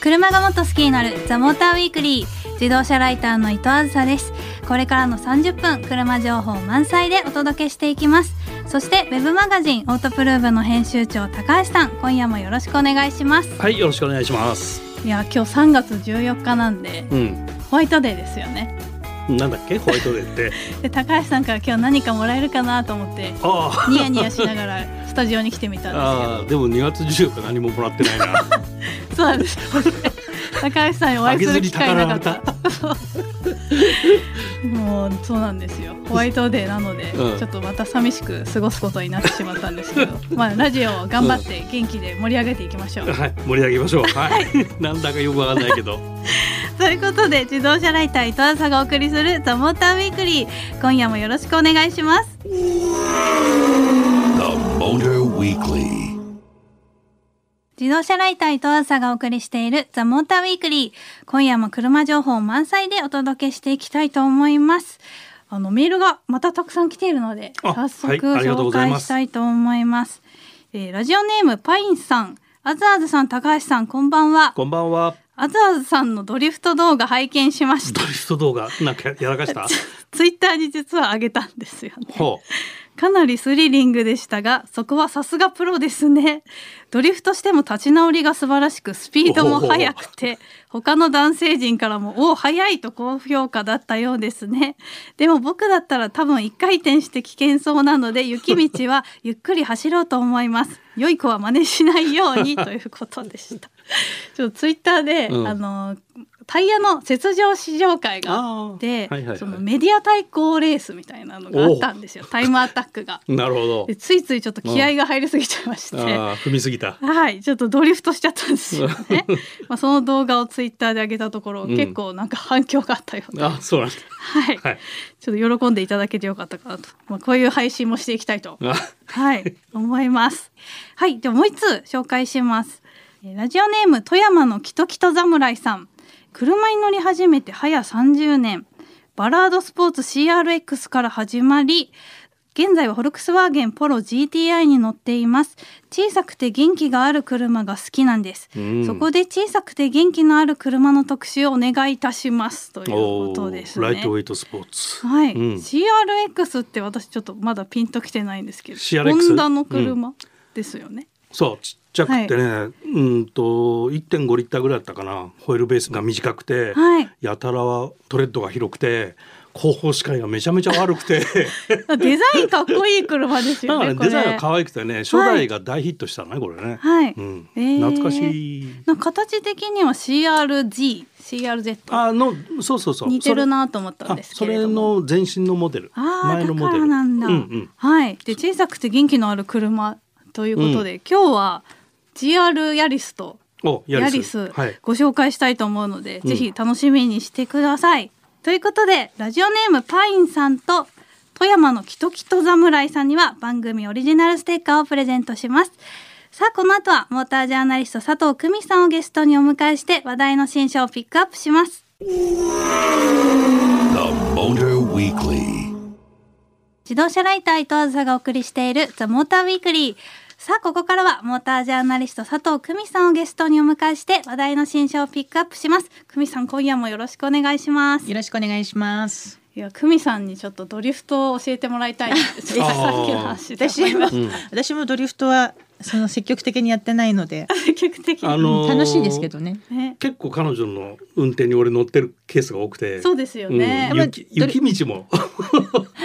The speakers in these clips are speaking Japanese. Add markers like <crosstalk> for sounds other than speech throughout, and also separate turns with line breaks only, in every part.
車がもっと好きになるザモーターウィークリー自動車ライターの伊藤あずさですこれからの30分車情報満載でお届けしていきますそしてウェブマガジンオートプルーブの編集長高橋さん今夜もよろしくお願いします
はい、よろしくお願いします。
いや今日3月14日なんで
うん、
ホワイトデーですよね
なんだっけ、ホワイトデー
<laughs>
って。
で高橋さんから今日何かもらえるかなと思って
あ
ニヤニヤしながらスタジオに来て
<laughs>
み
あ、
たん
ああ、でも2月14日何ももらってないな。
ですけどそうなんです <laughs> よね高橋さん <laughs> にお会いする機会なかっ
あげずに宝
たもうそうなんですよホワイトデーなので、
うん
ちょっとまた寂しく過ごすことになってしまったんですけど
<laughs>
まあラジオを頑張って元気で盛り上げていきましょう、
はい、盛り上げましょう。はい、なんだかよくわかんないけど。
ということで自動車ライター伊藤浅がお送りする「ザ・モーターウィークリー」今夜もよろしくお願いします
The Motor Weekly.
自動車ライター伊藤浅がお送りしている「ザ・モーターウィークリー」今夜も車情報満載でお届けしていきたいと思いますあのメールがまたたくさん来ているので
あ
早速
はいありがとう
紹
ございま
介
す
したいと思います、えーラジオネームパインさんあずあずさん高橋さんこんばんは
こんばんは。
あずあずさんのドリフト動画拝見しまし
ド
た
リフト動画、なんかやらか
<laughs>
した。
ツイッターに実は上げたんですよね
ほ
かなりスリリングでしたがそこはさすがプロですねドリフトしても立ち直りが素晴らしくスピードも速くて他の男性陣からも「おお速い」と高評価だったようですねでも僕だったら多分一回転して危険そうなので雪道はゆっくり走ろうと思います良い子は真似しないようにということでしたちょっとツイッターで、
うん
あのタイヤの雪上試乗会があって
あーはいはいはい
そのメディア対抗レースみたいなのがあったんですよタイムアタッ
<laughs>
クが。
う。なるほど
で。ついついちょっと気合が入りすぎちゃいまして、
ああ、踏みすぎた。
はいちょっとドリフトしちゃったんですよね <laughs> まあその動画をツイッターで上げたところ、
ん
結構なんか反響があったようで、
あ、そうなんだ。
はい、
はい。
ちょっと喜んでいただけてよかったかなと、まあ、こういう配信もしていきたいと
あ、
はい、思います。はい、ではもう一つ紹介します。えーラジオネーム富山のキトキト侍さん。車に乗り始めて早30年。バラードスポーツ CRX から始まり、現在はフォルクスワーゲンポロ GTI に乗っています。小さくて元気がある車が好きなんです。
うん
そこで小さくて元気のある車の特集をお願いいたします <laughs> という
お
ことです
ー
ね。
ライトウェイトスポーツ。
はい、
うん
CRX って私ちょっとまだピンときてないんですけど、
CRX
ホンダの車ですよね。
そうちっちゃくてね、うんと1.5リッターぐらいだったかなホイールベースが短くて、
はい
やたらはトレッドが広くて後方視界がめちゃめちゃ悪く
<laughs>
て
デザインかっこいい車です
だ
よ
か
ね。
ら、ね、
こ
デ
れ
ザインが可愛くてね初代が大ヒットしたねこれね、
はい、
うん
えー
懐かしい
なんか形的には CRG、CRZ
あのそうそうそう
似てる
っ
なと思ったんですけれども。
それの前身のモデル
ああ
前
だ
のモ
か
デル
らなんだ、
うんうん、
はい。で小さくて元気のある車ということで、今日は GR ヤリスと
おヤ
ヤ
リス
リス
はい、
ご紹介したいと思うので、
うん
ぜひ楽しみにしてください。ということでラジオネームパインさんと富山のキトキト侍さんには番組オリジナルステッカーをプレゼントします。さあこの後はモータージャーナリスト佐藤久美さんをゲストにお迎えして話題の新車をピックアップします。
The Motor Weekly.
自動車ライター伊藤あずさがお送りしているザモーターウィークリー。さあここからはモータージャーナリスト佐藤久美さんをゲストにお迎えして話題の新車をピックアップします。久美さん今夜もよろしくお願いします。
よろしくお願いします。
いや、久美さんにちょっとドリフトを教えてもら
<laughs>
いたいんですよ。
あ
さ
ー
っきの話で。
私も、私もドリフトはその積極的にやってないので、
積極的
あ
に
のー
楽しいですけどね。
ね。
結構彼女の運転に俺乗ってるケースが多くて
そうですよね。
うん
やっぱ
雪雪道も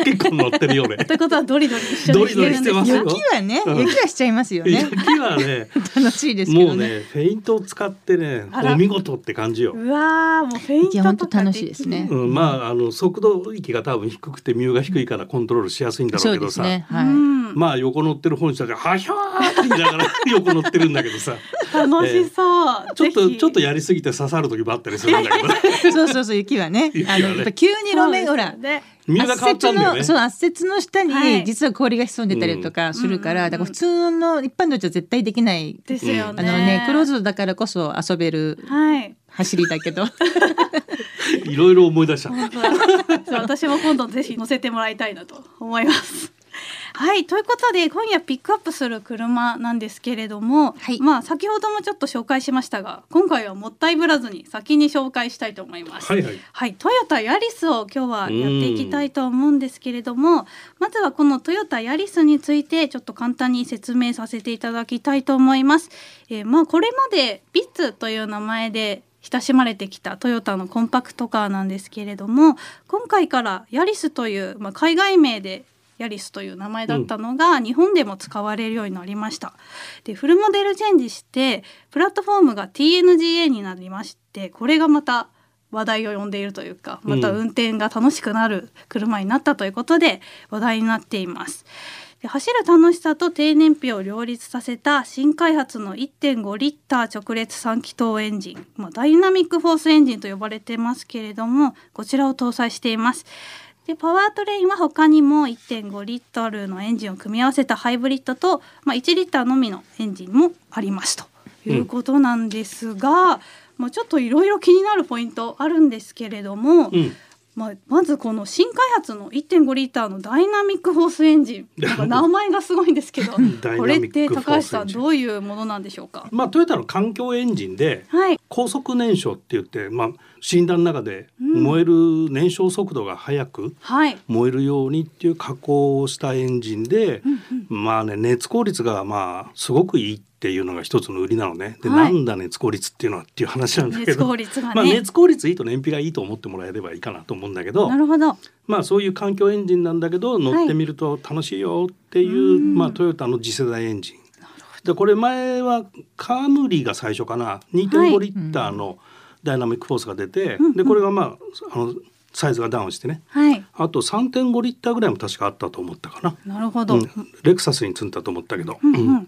結構乗ってるよね。
ということはドリドリ一緒にしてるんで
ドリドリし
す
て
よ
ま。
雪はね、
うん
雪はしちゃいますよね
雪。はね、
楽しいですけ
も
ど
う
ね。
ね、フェイントを使ってね、
あら
お見事って感じよ。
うわー、もうフェイン
いや本
トと
当
か
楽しいですね
う。ん、まあ、あの速度域が多分低くて、ミューが低いから、コントロールしやすいんだろ
そうう
け
で
ど
す
さ。
ね。
う
はい。
ん
まあ、横乗ってる本社で、はひゃーって言いながら、 <laughs> 横乗ってるんだけどさ。
楽しそう。
ちょっと、
ぜひ
ちょっとやりすぎて刺さる時もあったりするんだけどね。
そうそうそう雪はね
雪、は
あ
ね
のやっぱ急に路面
そうです
ほら
よ。ね
ミューが変わっちゃうんだよ
圧
ね
雪。のそう圧雪の下
はい
に実は氷が潜んでたりとかするから、
うん
だから普通の一般道じゃ絶対できない。
ですよ
あ
ね。
のねクローズドだからこそ遊べる
はい。
走りだけど。
いろい <laughs> ろ思い出した。
そう私も今度ぜひ乗せてもらいたいなと思います。 <laughs> はいということで今夜ピックアップする車なんですけれども、
はい
まあ先ほどもちょっと紹介しましたが今回はもったいぶらずに先に紹介したいと思います。
はいはい
はい、トヨタヤリスを今日はやっていきたいと思うんですけれどもまずはこのトヨタヤリスについてちょっと簡単に説明させていただきたいと思います。えーまあ、これまでビッツという名前で親しまれてきたトヨタのコンパクトカーなんですけれども今回からヤリスという、まあ、海外名でヤリスという名前だったのが日本でも使われるようになりました。でフルモデルチェンジしてプラットフォームが TNGA になりましてこれがまた話題を呼んでいるというかまた運転が楽しくなる車になったということで話題になっています。で走る楽しさと低燃費を両立させた新開発の1.5リッター直列3気筒エンジン、まあ、ダイナミックフォースエンジンと呼ばれてますけれどもこちらを搭載しています。でパワートレインは他にも1.5リットルのエンジンを組み合わせたハイブリッドと、まあ、1リッターのみのエンジンもありますということなんですが、まあ、ちょっといろいろ気になるポイントあるんですけれども、
うん
まあ、まずこの新開発の1.5リッターのダイナミックホースエンジンなんか名前がすごいんですけど
<laughs> ダイ
こ
ナミッ
れっ
ク
て
フォースエンジン
高橋さんどういうものなんでしょうか
まあ、トヨタの環境エンジンで
はい
高速燃焼って言って、まあ、診断の中で
うん
燃える燃焼速度が速く
はい、
燃えるようにっていう加工をしたエンジンで、まあね熱効率がまあすごくいいっていうのが一つの売りなのねで、
はい
なんだ熱効率っていうのはっていう話なんだけ
熱
ど
効率が
まあ、
ね、
熱効率いいと燃費がいいと思ってもらえればいいかなと思うんだけど
なるほど
まあ、そういう環境エンジンなんだけど乗ってみると楽しいよっていう、
うん
まあ、トヨタの次世代エンジン。でこれ前はカームリーが最初かな
はい
2.5リッターのダイナミックフォースが出て、
うん
でこれがまああのサイズがダウンしてね
はい
あと3.5リッターぐらいも確かあったと思ったかな。
なるほど、
うん、レクサスに積んだと思ったけど、
うん
うん
うん、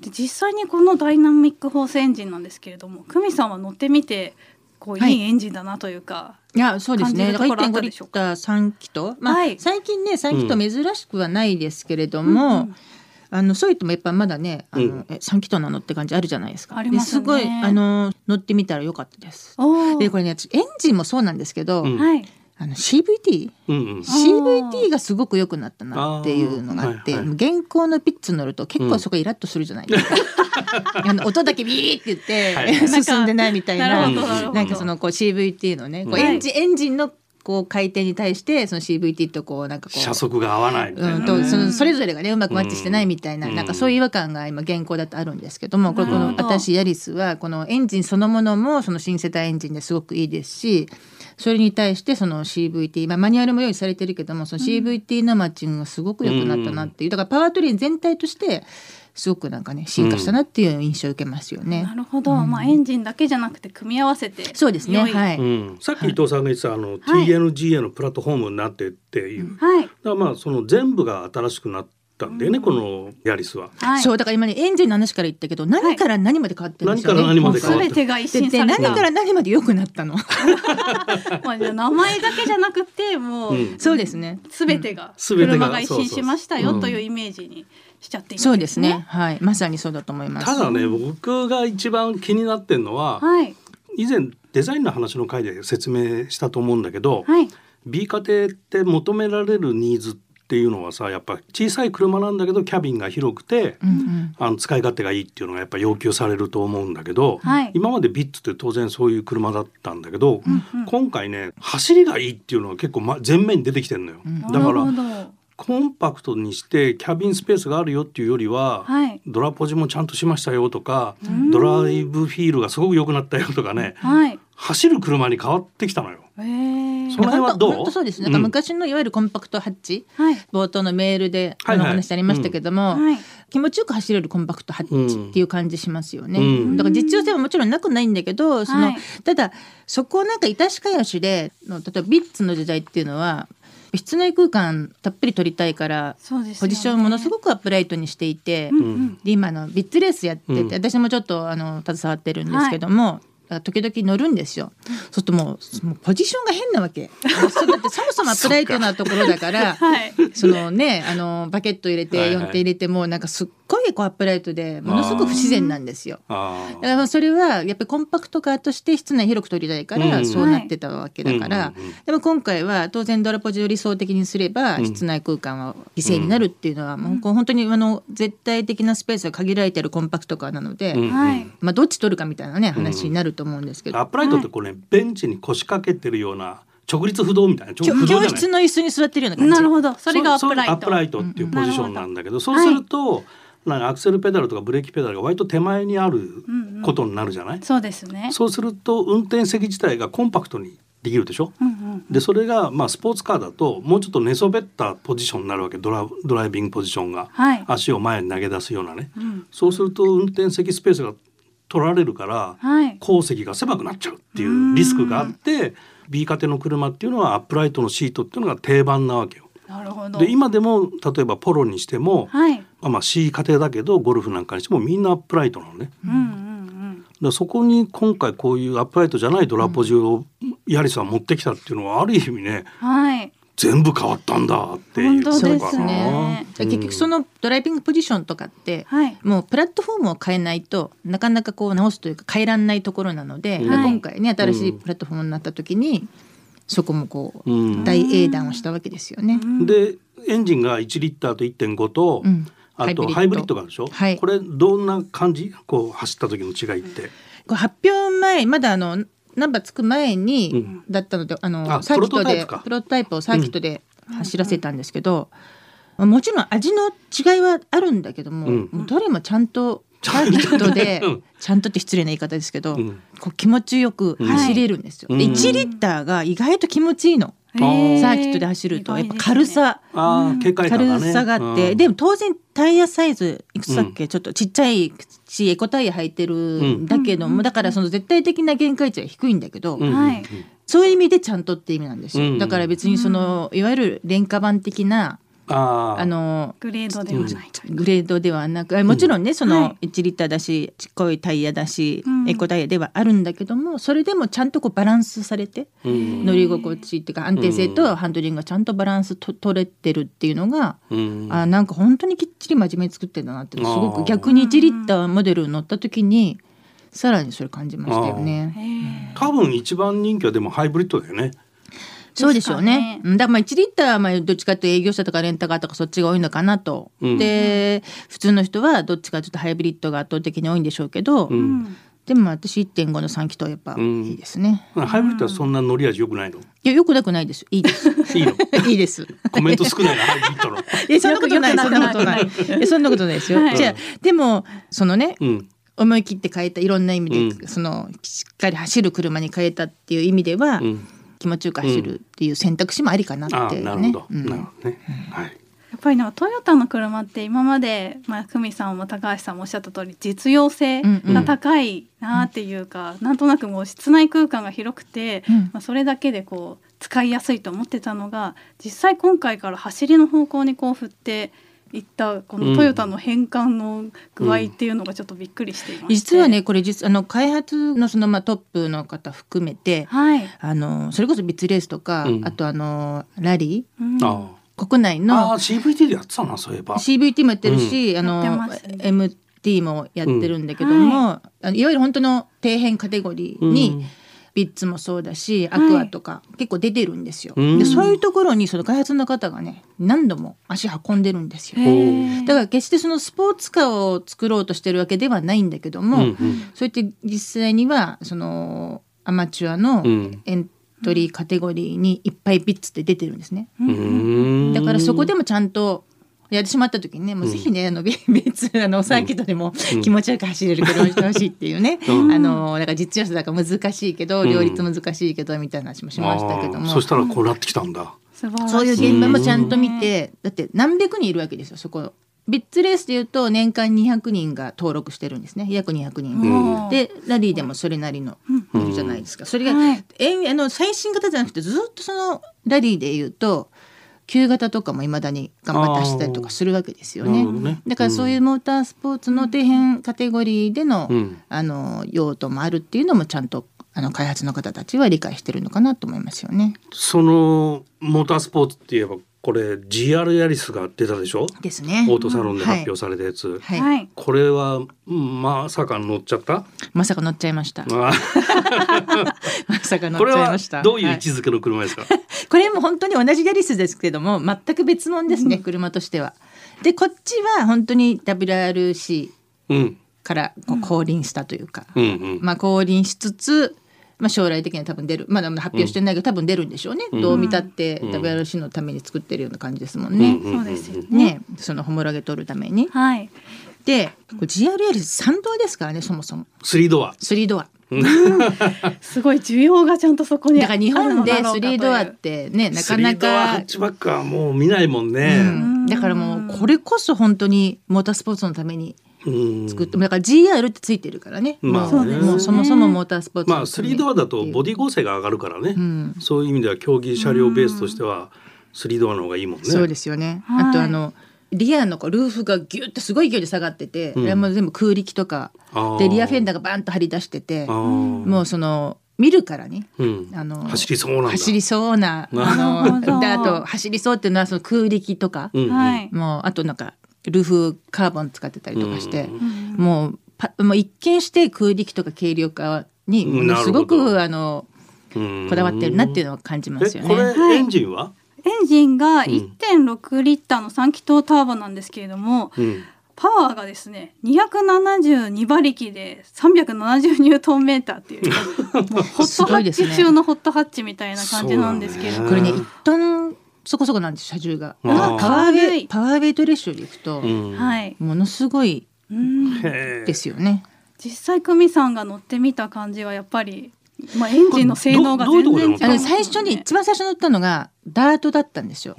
で実際にこのダイナミックホースエンジンなんですけれども久美さんは乗ってみてこう
はい
いいエンジンだなというか、
いやそうですね。だ
感
か
じる
ら
ところあった
1.5
で
リ
しょう
ッ
か
ター3気筒。まあ、
はい
最近ね3気筒珍しくはないですけれども、
うんうん
あのそういうともやっぱまだねあの、
うん
え3気筒なのって感じあるじゃないですか。
ありますね
ですごいあの乗ってみたら良かったです。
お
でこれね私エンジンもそうなんですけど、
うん
はい
あの CVT。
うんうん
CVT がすごく良くなったなっていうのがあって、
あーはいはい
現行のピッツ乗ると結構そこイラッとするじゃないですか。 <laughs> あの音だけビーって
は
言
い
って <laughs> 進んでないみたい
な
な
る
ほどなるほど
なんかそのこう CVT のねこう
はい
エンジン、エンジンのこう回転に対してその CVT とこうなんかこう
車速が合わないみたいな
う
ね、
ん、とそのそれぞれがねうまくマッチしてないみたいな,、
うん
なんかそういう違和感が今現行だとあるんですけどもこれこ
な
の
るほど
私ヤリスはこのエンジンそのものもその新世代エンジンですごくいいですしそれに対してその CVT、まあ、マニュアルも用意されてるけどもその CVT のマッチングがすごく良くなったなっていう、だからパワートレイン全体としてすごくなんかね進化したなっていう印象を受けますよね。
なるほど、まあエンジンだけじゃなくて組み合わせて
そうですね
良い
はい、
うんさっき伊藤さんが言ってたあの、
はい
TNGA のプラットフォームになってっていう、だか
はい
らまあその全部が新しくなったんだよね、このヤリスは。
はい
そうだから今ねエンジンの話から言ったけど何から何まで変わってるんですよね。
何から何まで変わって
全てが一新
で
さ
で
れた
何から何まで良くなったの
まあじゃあ名前だけじゃなくてもう、
うん
そうですね
全てが
全てが
車が一
そうそう
新
そう
しました
う
よ
ん
というイメージにしちゃっていいん
そうですね。はい、まさにそうだと思います。
ただね僕が一番気になってるのは、
はい
以前デザインの話の回で説明したと思うんだけど、
はい
B 家庭って求められるニーズっていうのはさやっぱ小さい車なんだけどキャビンが広くて、
うんうん、
あの使い勝手がいいっていうのがやっぱ要求されると思うんだけど、
はい
今までビッツって当然そういう車だったんだけど、
うん
今回ね走りがいいっていうのが結構ま前面に出てきてるのよ、
ん
だか
なるほ
ら
ど
コンパクトにしてキャビンスペースがあるよっていうよりは、
はい
ドラポジもちゃんとしましたよとか
うん
ドライブフィールがすごく良くなったよとかね
はい
走る車に変わってきたのよ。
えー
その辺はどう
本当本当そうですね。なんか昔のいわゆるコンパクトハッチ、
はい
冒頭のメールであ
はい
の
は
お
い
話ありましたけども、
はい
気持ちよく走れるコンパクトハッチっていう感じしますよね。
うん
だから実用性はもちろんなくないんだけど、その、
はい
ただそこをなんか致しかよしで、の例えばビッツの時代っていうのは室内空間たっぷり取りたいから、
そうですよね
ポジションをものすごくアップライトにしていて。
うんうん
で今あのビッツレースやってて、
うん
私もちょっとあの携わってるんですけども、だから時々乗るんですよ。そうするともうもうポジションが変なわけ。そうだってそも
<laughs>
そもアップライトなところだから、
はい
そのねあのバケット入れ
はい
て
はい
4手入れてもうなんかすっごいこうアップライトでものすごく不自然なんですよ。
あ
だか
ー
らそれはやっぱりコンパクト化として室内広く取りたいか
う
ら
ん
そうなってたわけだから、
うんうんうん
でも今回は当然ドラポジを理想的にすれば
うん
室内空間は犠牲になるっていうのはもうこう本当にあの絶対的なスペースが限られてるコンパクト化なので、
うんうん
はい
まあ、どっち取るかみたいなね話になると思うんですけど、
アップライトってこれ、ベンチに腰掛けてるような直立不動みたいな
き
直不
ょ
動じゃな
教
い
室の椅子に座ってるような感じ
なるほどそれがアップライ
そう
ト
アップライトっていうポジションなんだけど、そうすると、なんかアクセルペダルとかブレーキペダルが割と手前にある
うんうん
ことになるじゃない、
そうですね
そうすると運転席自体がコンパクトにできるでしょ、
うんうん
でそれがまあスポーツカーだともうちょっと寝そべったポジションになるわけドラドライビングポジションが、
はい
足を前に投げ出すようなね、
うん
そうすると運転席スペースが取られるから、
はい
後席が狭くなっちゃうっていうリスクがあって B 型の車っていうのはアップライトのシートっていうのが定番なわけよ。
なるほど
で今でも例えばポロにしても、
はい
まあまあ C 家庭だけどゴルフなんかにしてもみんなアップライトなのね。
うんうん
でそこに今回こういうアップライトじゃないドラポジをヤリスは持ってきたっていうのはある意味ね
うんはい
全部変わったんだっていう
本当
そう
で
ですす
とこかな
ね
ね。
だから結局そのドライビングポジションとかって、
はい
もうプラットフォームを変えないとなかなかこう直すというか変えらんないところなの
は
で、
い
で今回ね新しいプラットフォームになった時に、そこもこう、
うん
大英断をしたわけですよね。
でエンジンが1リッターと1.5と、
うん
あとハ
ハ
イ
イ
ブリ
ブリ
ッ
ッ
ド
ド
があるでしょ、
はい
これどんな感じこう走った時の違いって。
こう発表前まだあのナンバーつく前に、
うん
だったのであの
あ
サーキット
プロトタイ
で
プか
プロトタイプをサーキットで走らせたんですけど、まあもちろん味の違いはあるんだけども,、
うん
もうどれもちゃんとサーキットで
うん
ちゃんとって失礼な言い方ですけど、
うん
こう気持ちよく走れるんですよ。
うん
で
うん
1リッターが意外と気持ちいいの、
へー
サーキットで走るとやっぱ軽さ、
あー警戒感が
軽
ね
さがあって、
うん
でも当然タイヤサイズいくつだっけ、ちょっとちっちゃいしエコタイヤ履いてるんだけども、だからその絶対的な限界値は低いんだけど、
うん
はい
そういう意味でちゃんとって意味なんですよ、
うん
だから別にそのいわゆる廉価版的な、
あー
あの
グレードではないという
グレードではなくあもちろんね、そ
は
の1リッターだしちっこいタイヤだし、
うん
エコタイヤではあるんだけどもそれでもちゃんとこうバランスされて、
うん
乗り心地っていうか安定性とハンドリングがちゃんとバランスと取れてるっていうのが、
うん
あなんか本当にきっちり真面目に作ってんだなってすご
あー
く逆に1リッターモデルに乗った時にさらにそれ感じましたよね。
へー
多分一番人気はでもハイブリッドだよね。
そうでしょ
ですか
う
ね
ね。うんだからまあ1リッターはまあどっちかというと営業車とかレンタカーとかそっちが多いのかなと。
うん
で普通の人はどっちかというとハイブリッドが圧倒的に多いんでしょうけど、
うん
でも私1.5の3気筒はやっぱ
うん
いいですね。
ハイブリッドはそんな乗り味良くないの。
いやよくなくないです。いいです。
<laughs> いいの。
いいです。
コメント少ないなハイブリッドの。
いやそんなことない
よ
そ
く
んなことないいやそんなことないですよ、
はい
じゃあでもそのね
うん。
思い切って変えたいろんな意味で、
うん
そのしっかり走る車に変えたっていう意味では、
うん。
気持ちよく走るっていう選択肢もありかな
あ
って
ー
ね、
なるほど。
うん
なるほどね。はい。
やっぱりなんかトヨタの車って今までまあ久美さんも高橋さんもおっしゃった通り実用性が高いなっていうか、なんとなくもう室内空間が広くて、
うん
まあそれだけでこう使いやすいと思ってたのが実際今回から走りの方向にこう振っていったこのトヨタの変換の具合っていうのがちょっとびっくりしていまして、
実はねこれ実あの開発のその、まあ、トップの方含めて
はい、
あのそれこそビッツレースとか、
うん
あとあのラリ
うん
あー
ー国内
あ
の
ー CVT でやってたなそういえば。
CVT もやってるし、あ
やって
の
ますね
MT もやってるんだけども、
うん
あのいわゆる本当の底辺カテゴリーに、
うん
ビッツもそうだし、
はい
アクアとか結構出てるんですよ。
うん
でそういうところにその開発の方がね何度も足運んでるんですよ。
へー
だから決してそのスポーツカーを作ろうとしてるわけではないんだけども、
うんうん
そうやって実際にはそのアマチュアの
うん
エントリーカテゴリーにいっぱいビッツって出てるんですね。
うん
だからそこでもちゃんとやってしまった時にねもうぜひね、あのビビッツあのサーキットでも気持ちよく走れ
<laughs>
る車にしてほしいっていうね、あのだから実用車だから難しいけど
ん
両立難しいけどみたいな話もしましたけど
あ
も、
ーそしたらこうなってきたんだ。
素晴らしい
そういう現場もちゃんと見てだって何百人いるわけですよそこビッツレースでいうと年間200人が登録してるんですね約200人。
うん
でラリーでもそれなりのいるじゃないですか、それが、
はい
えあの最新型じゃなくてずっとそのラリーでいうと旧型とかもいまだに頑張って走ったりとかするわけですよ
な
ね
るほどね
だからそういうモータースポーツの底辺カテゴリーでの,、
うん
あの用途もあるっていうのもちゃんとあの開発の方たちは理解してるのかなと思いますよね。
そのモータースポーツって言えばこれ GR ヤリスが出たでしょ
ですね
オートサロンで発表
はい
されたやつ、
はい
はい
これはうんまさか乗っちゃった
まさか乗っちゃいました
あ
<laughs> まさか乗
こ
っ
れ
ちゃい
は
ました
どういう位
は
置づけの車
<laughs>
ですか、
これも本当に同じヤリスですけども全く別物ですね車としてはでこっちは本当に WRC
うん
からこう降臨したというか、
うんうん
まあ、降臨しつつ、まあ、将来的には多分出るまだまだ発表してないけど、多分出るんでしょうね、どう見たって
ん
WRC のために作ってるような感じですもん
うんう
ね。
んうん
そうですよね
ね、そのホモラゲ取るために。
はい
で、これ GRL 三ドアですからね、そもそも。
スリードア
スリードア。
すごい需要がちゃんとそこに
だから日本で
あるのだろうか
ス
という
リードアってね、なか
ス
な
リードアハ
か
ッ。チバックはもう見ないもん
う
ね、
ん、だからもうこれこそ本当にモータースポーツのために
うん
作って、だから GR ってついてるからね,、
まあ
もう
ね
もうそもそもモータースポーツのた
ま
めに
あスリードアだとボディ構成が上がるからね、
うん
そういう意味では競技車両ベースとしてはスリードアの方がいいもんね。
そうですよね。
はい
あとあのリアのこうルーフがギュッとすごい勢いで下がってて、
ん
あれはもう全部空力とか
あー
でリアフェンダーがバンと張り出してて
あー、
もうその見るからね。
うん
あの
走りそうなんだ。
走りそうな
なる
あ
ほど
のであと走りそうっていうのはその空力とか、
うんうん
はい
もうあとなんかルーフカーボン使ってたりとかして、
う
もうパもう一見して空力とか軽量化にもの
なるほ
すご
ど
くあの
うん
こだわってるなっていうのは感じますよ
えこ
ね。
れエンジンは、
エンジン
ん
が1.6リッターの3気筒ターボなんですけれども、
うん
パワーがですね272馬力で370ニュートンメーターっていう
<laughs>
もうホッ
す
トハ
ごい
ッ
ですね
チ中のホットハッチみたいな感じなんですけれど
そう
も、
これね
うん
一トンそこそこなんです車重が。
あ
パ
ー
ワーウ
軽
ェ
い
イパワーウェイトレッションでいくと、
うん
はい、
ものすごい
うん
へ
ですよね。
実際久美さんが乗ってみた感じはやっぱり、まあ、エンジンの性能が
これ
全
ど
然
どういうとこで乗
違う
った
あ
の
の最初に一番最初に乗ったのがダートだったんですよ。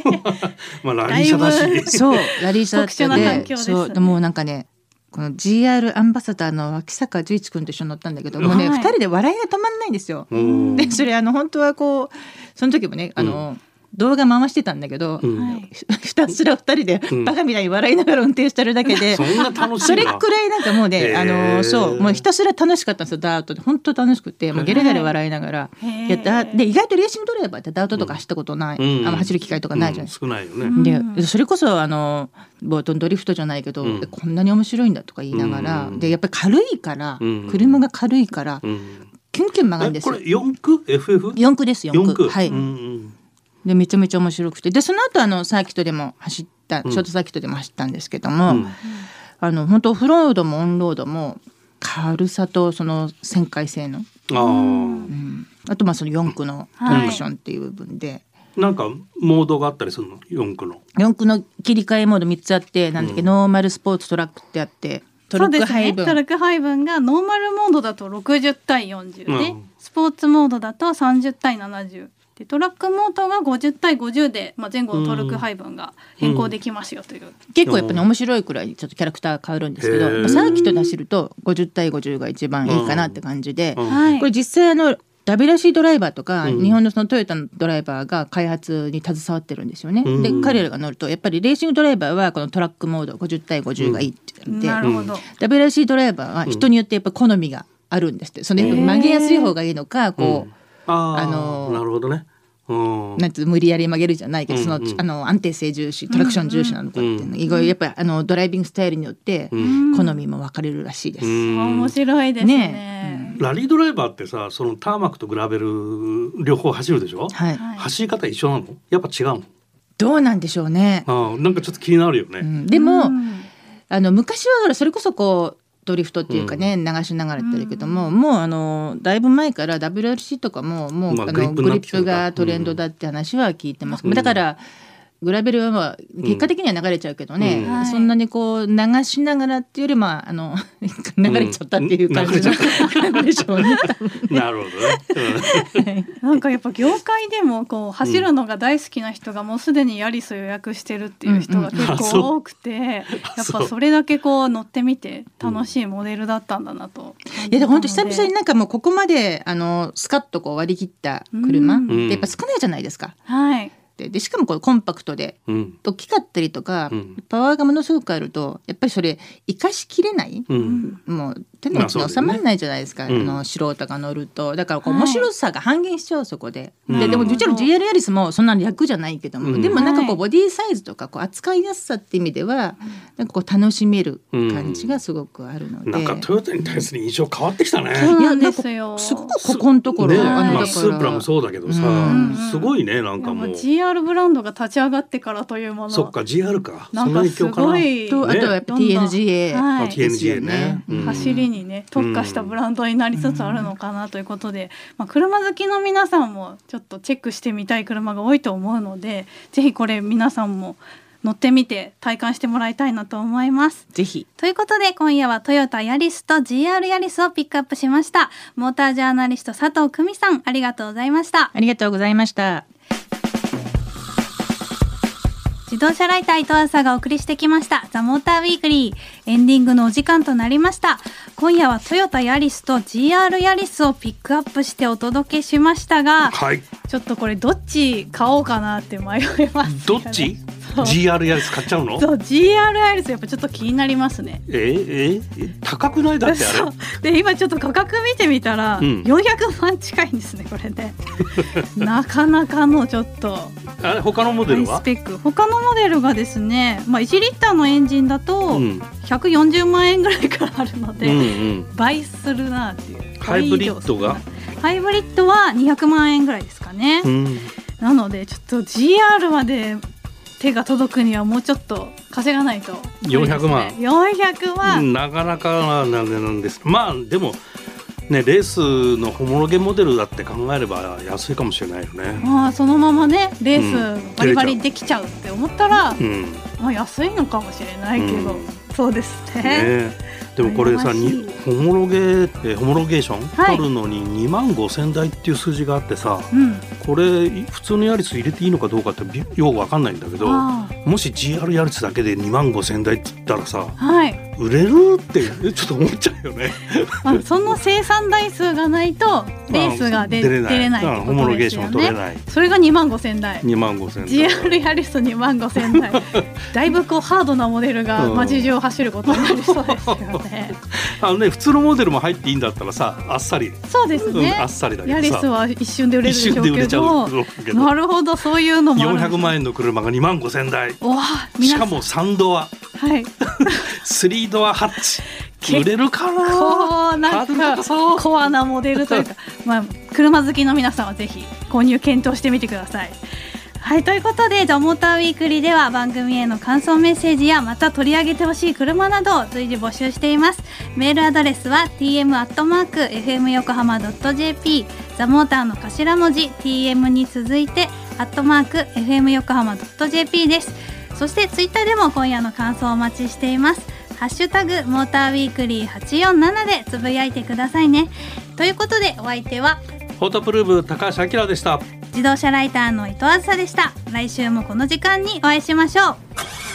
ーまあラリー車だ
だい
し。
<laughs>
そうラリーサだった
特殊な環
ん
境
で、
ですよ
そ
ね
うでもうなんかね。この GR アンバサダーの脇坂十一君と一緒に乗ったんだけどもうね、
はい
二人で笑いが止まんないんですよ。
うん
でそれあの本当はこうその時もねあの、動画回してたんだけど、
うん
はい
ひたすら二人で
うん
バカみたいに笑いながら運転してるだけ
<laughs>
で、
そんな楽しいな。
それくらいなんかもうね、
へー
あのそうもうひたすら楽しかったんですよダートで本当楽しくてもうゲレゲレ笑いながら、
へー
いやダーで意外とレーシングドライバーってダートとか走ったことない、
うん
あの走る機会とかないじゃないですか。
うん少ないよね。
でそれこそあの冒頭のドリフトじゃないけど、
うん
えこんなに面白いんだとか言いながら、
うん
でやっぱり軽いから、
うん
車が軽いから、
うん
キュンキュン曲がる
え
んです
こ
よ
れ。四駆 FF？
四駆です四
四
駆
駆。
はい、
うん
でめちゃめちゃ面白くてでその後あのサーキットでも走ったショートサーキットでも走ったんですけども、
うん
あの本当オフロードもオンロードも軽さとその旋回性の、
うん。あ
うんあとまあその四駆のト
はい
ラクションっていう部分で、
あ。なんかモードがあったりするの？四駆の。
四駆の切り替えモード3つあってなんだっけ、ノーマルスポーツトラックってあってト
そ
ル
うで
ク
す
配
ね、
分、
トルク配分がノーマルモードだと60対40で、
うん
スポーツモードだと30対70でトラックモードが50対50で、まあ、前後のトルク配分が変更できますよという、
結構やっぱり面白いくらいちょっとキャラクター変わるんですけ
へ
ど
ー
まあサーキットで走ると50対50が一番いいかなって感じで、
うん
はい
これ実際あの WRC ドライバーとか、
うん
日本のそのトヨタのドライバーが開発に携わってるんですよね。
うん
で彼らが乗るとやっぱりレーシングドライバーはこのトラックモード50対50がいいって言って、
なるほど、
WRC ドライバーは人によってやっぱ好みがあるんですってそのやっぱ曲げやすい方がいいのかこう。
ああ
あのー
なるほどね。うん。
なんていうの無理やり曲げるじゃないけど、その
うんうん
あの安定性重視トラクション重視なのかっていうの、意外やっぱりあのドライビングスタイルによって
ん
好みも分かれるらしいです。
うん
面白いですね
ね
ラリードライバーってさ、そのターマックとグラベル両方走るでしょ？
はい、
はい
走り方一緒なの？やっぱ違うの？
どうなんでしょうね。
ああ、なんかちょっと気になるよね。
うんでも、
うん
あの昔はほらそれこそこうドリフトっていうかね、流しながらやってるけども、もうあのだいぶ前から WRC とかももう、
まあ
あ、
グリッ
の
プ
グ
にな
リ
ってき
ッ
てる
プ
から
がトレンドだって話は聞いてます、だからグラベルはまあ結果的には流れちゃうけどね、
うん
はい
そんなにこう流しながらっていうよりまああの <laughs> 流れちゃったっていう感じの、でしょう
<laughs>
ね。
なるほどね。
なんかやっぱ業界でもこう走るのが大好きな人がもうすでにヤリス予約してるっていう人が結
あそう
構多くて、やっぱ
そう
それだけこう乗ってみて楽しいモデルだったんだなと感じたの
い
で。
やでも本当久々になんかもうここまであのスカッとこう割り切った車
う
っ
ん
てやっぱ少ないじゃないですか。
はい。
ででしかもこうコンパクトで
うん。うん
大きかったりとか、
うん
パワーがものすごくあるとやっぱりそれ生かしきれない、
うん。
もう手の
まあ
内
そう
に
です
収
ね
まらないじゃないですか、
うん
あの素人が乗るとだからこう
はい
面白さが半減しちゃうそこで、
うん
ででももちろん JR ヤリスもそんな楽じゃないけども、
うん
でもなんかこ
はいう
ボディサイズとかこう扱いやすさって意味ではなんかこう楽しめる感じがすごくあるので、
なんかトヨタに対する印象変わってきたね。
そう
い
な
や
ん
な
で
んか
すよ。
すごくここのところ、
ね
はい
の
まあ
だ
ス
から
ープラもそうだけどさ、
うん
すごいねなん
い
か
やも
も
う
う。
GR ブランドが立ち上がってからというもの。
そっか GR か。
なん
その
か
影
す
響かな
ごい
とあとはやっぱ
ねどんどん
TNGA
あ
はい
TNGA ね。
うん
走りにね特化したブランドになりつつあるのかなということで、まあ、車好きの皆さんもちょっとチェックしてみたい車が多いと思うのでぜひこれ皆さんも乗ってみて体感してもらいたいなと思います。
ぜひ
ということで今夜はトヨタヤリスと GR ヤリスをピックアップしましたモータージャーナリスト佐藤久美さんありがとうございました
ありがとうございました。
自動車ライター伊藤朝がお送りしてきましたザモーターウィークリーエンディングのお時間となりました今夜はトヨタヤリスと GR ヤリスをピックアップしてお届けしましたが
はい。
ちょっとこれどっち買おうかなって迷います
ど
よね
っち
そう
GR ヤリス買っちゃうの？
そう GR ヤリスやっぱちょっと気になりますね
えええ高くないだってあれ
そう。 <laughs> で今ちょっと価格見てみたら、
うん
400万近いんですね <laughs> これでなかなかのちょっと
あれ他のモ
ハ
デル
イス
は？
ペック他のモデルがですね、まあ、1リッターのエンジンだと
うん
140万円ぐらいからあるの
うんう
で、
ん。
倍するなっていう
ハイブリッドが
ハイブリッドは200万円ぐらいですかね、
うん。
なのでちょっと GR まで手が届くにはもうちょっと稼がないと
400万
400万、
なかなかなんでなんですまあでもねレースのホモロゲモデルだって考えれば安いかもしれないよね。
まあそのままねレ
う
ー
ん
スバリバリできちゃうって思ったら、
うん。
まあ安いのかもしれないけど、
うん
そうですね
ねでもこれさ
羨ましい
にホモロゲ、えーホモロゲーション、
はい
取るのに2万5千台っていう数字があってさ
うん
これ普通のヤリス入れていいのかどうかってびよくわかんないんだけど
あ
もし GR ヤリスだけで2万5千台って言ったらさ
あはい
売れるってえちょっと思っちゃうよね。
あその生産台数がないと <laughs> レースが出,、
れない
出れない
うん
って
ホ
こ
モ
と
ロゲー
です
シ
よ
ョン取れ
ね。
ない
それが2万5千台。
2万5千台。
GR ヤリスト2万5千
<laughs>
台だいぶこうハードなモデルが街中を走ることになりそうですよ
<laughs>
ね
あのね普通のモデルも入っていいんだったらさあっさり、
そうです
うん、あ
ね
っさりだけ
ヤリ
ど
ス
さ
は一瞬で売れるで
一
しょ
瞬
う
で売れ
け
ちゃう
ど
けど
なるほどそういうのもある
400万円の車が2万5千台
わあ皆
し
さん
かも3ドア
はい
3ドアハッチ
結構
売れるかな
こうな
ハードル
ん
高
か
そう
コアなモデルというか、まあ、車好きの皆さんはぜひ購入検討してみてください。はいということで「ザ・モーターウィークリー」では番組への感想メッセージやまた取り上げてほしい車などを随時募集していますメールアドレスは tm.fmyokohama.jp ザ・モーターの頭文字 tm に続いて「@fmyokohama.jp」ですそしてツイッターでも今夜の感想をお待ちしていますハッシュタグモーターウィークリー847でつぶやいてくださいねということでお相手は
フォトプルーブ高橋明でした
自動車ライターの伊藤梓でした来週もこの時間にお会いしましょう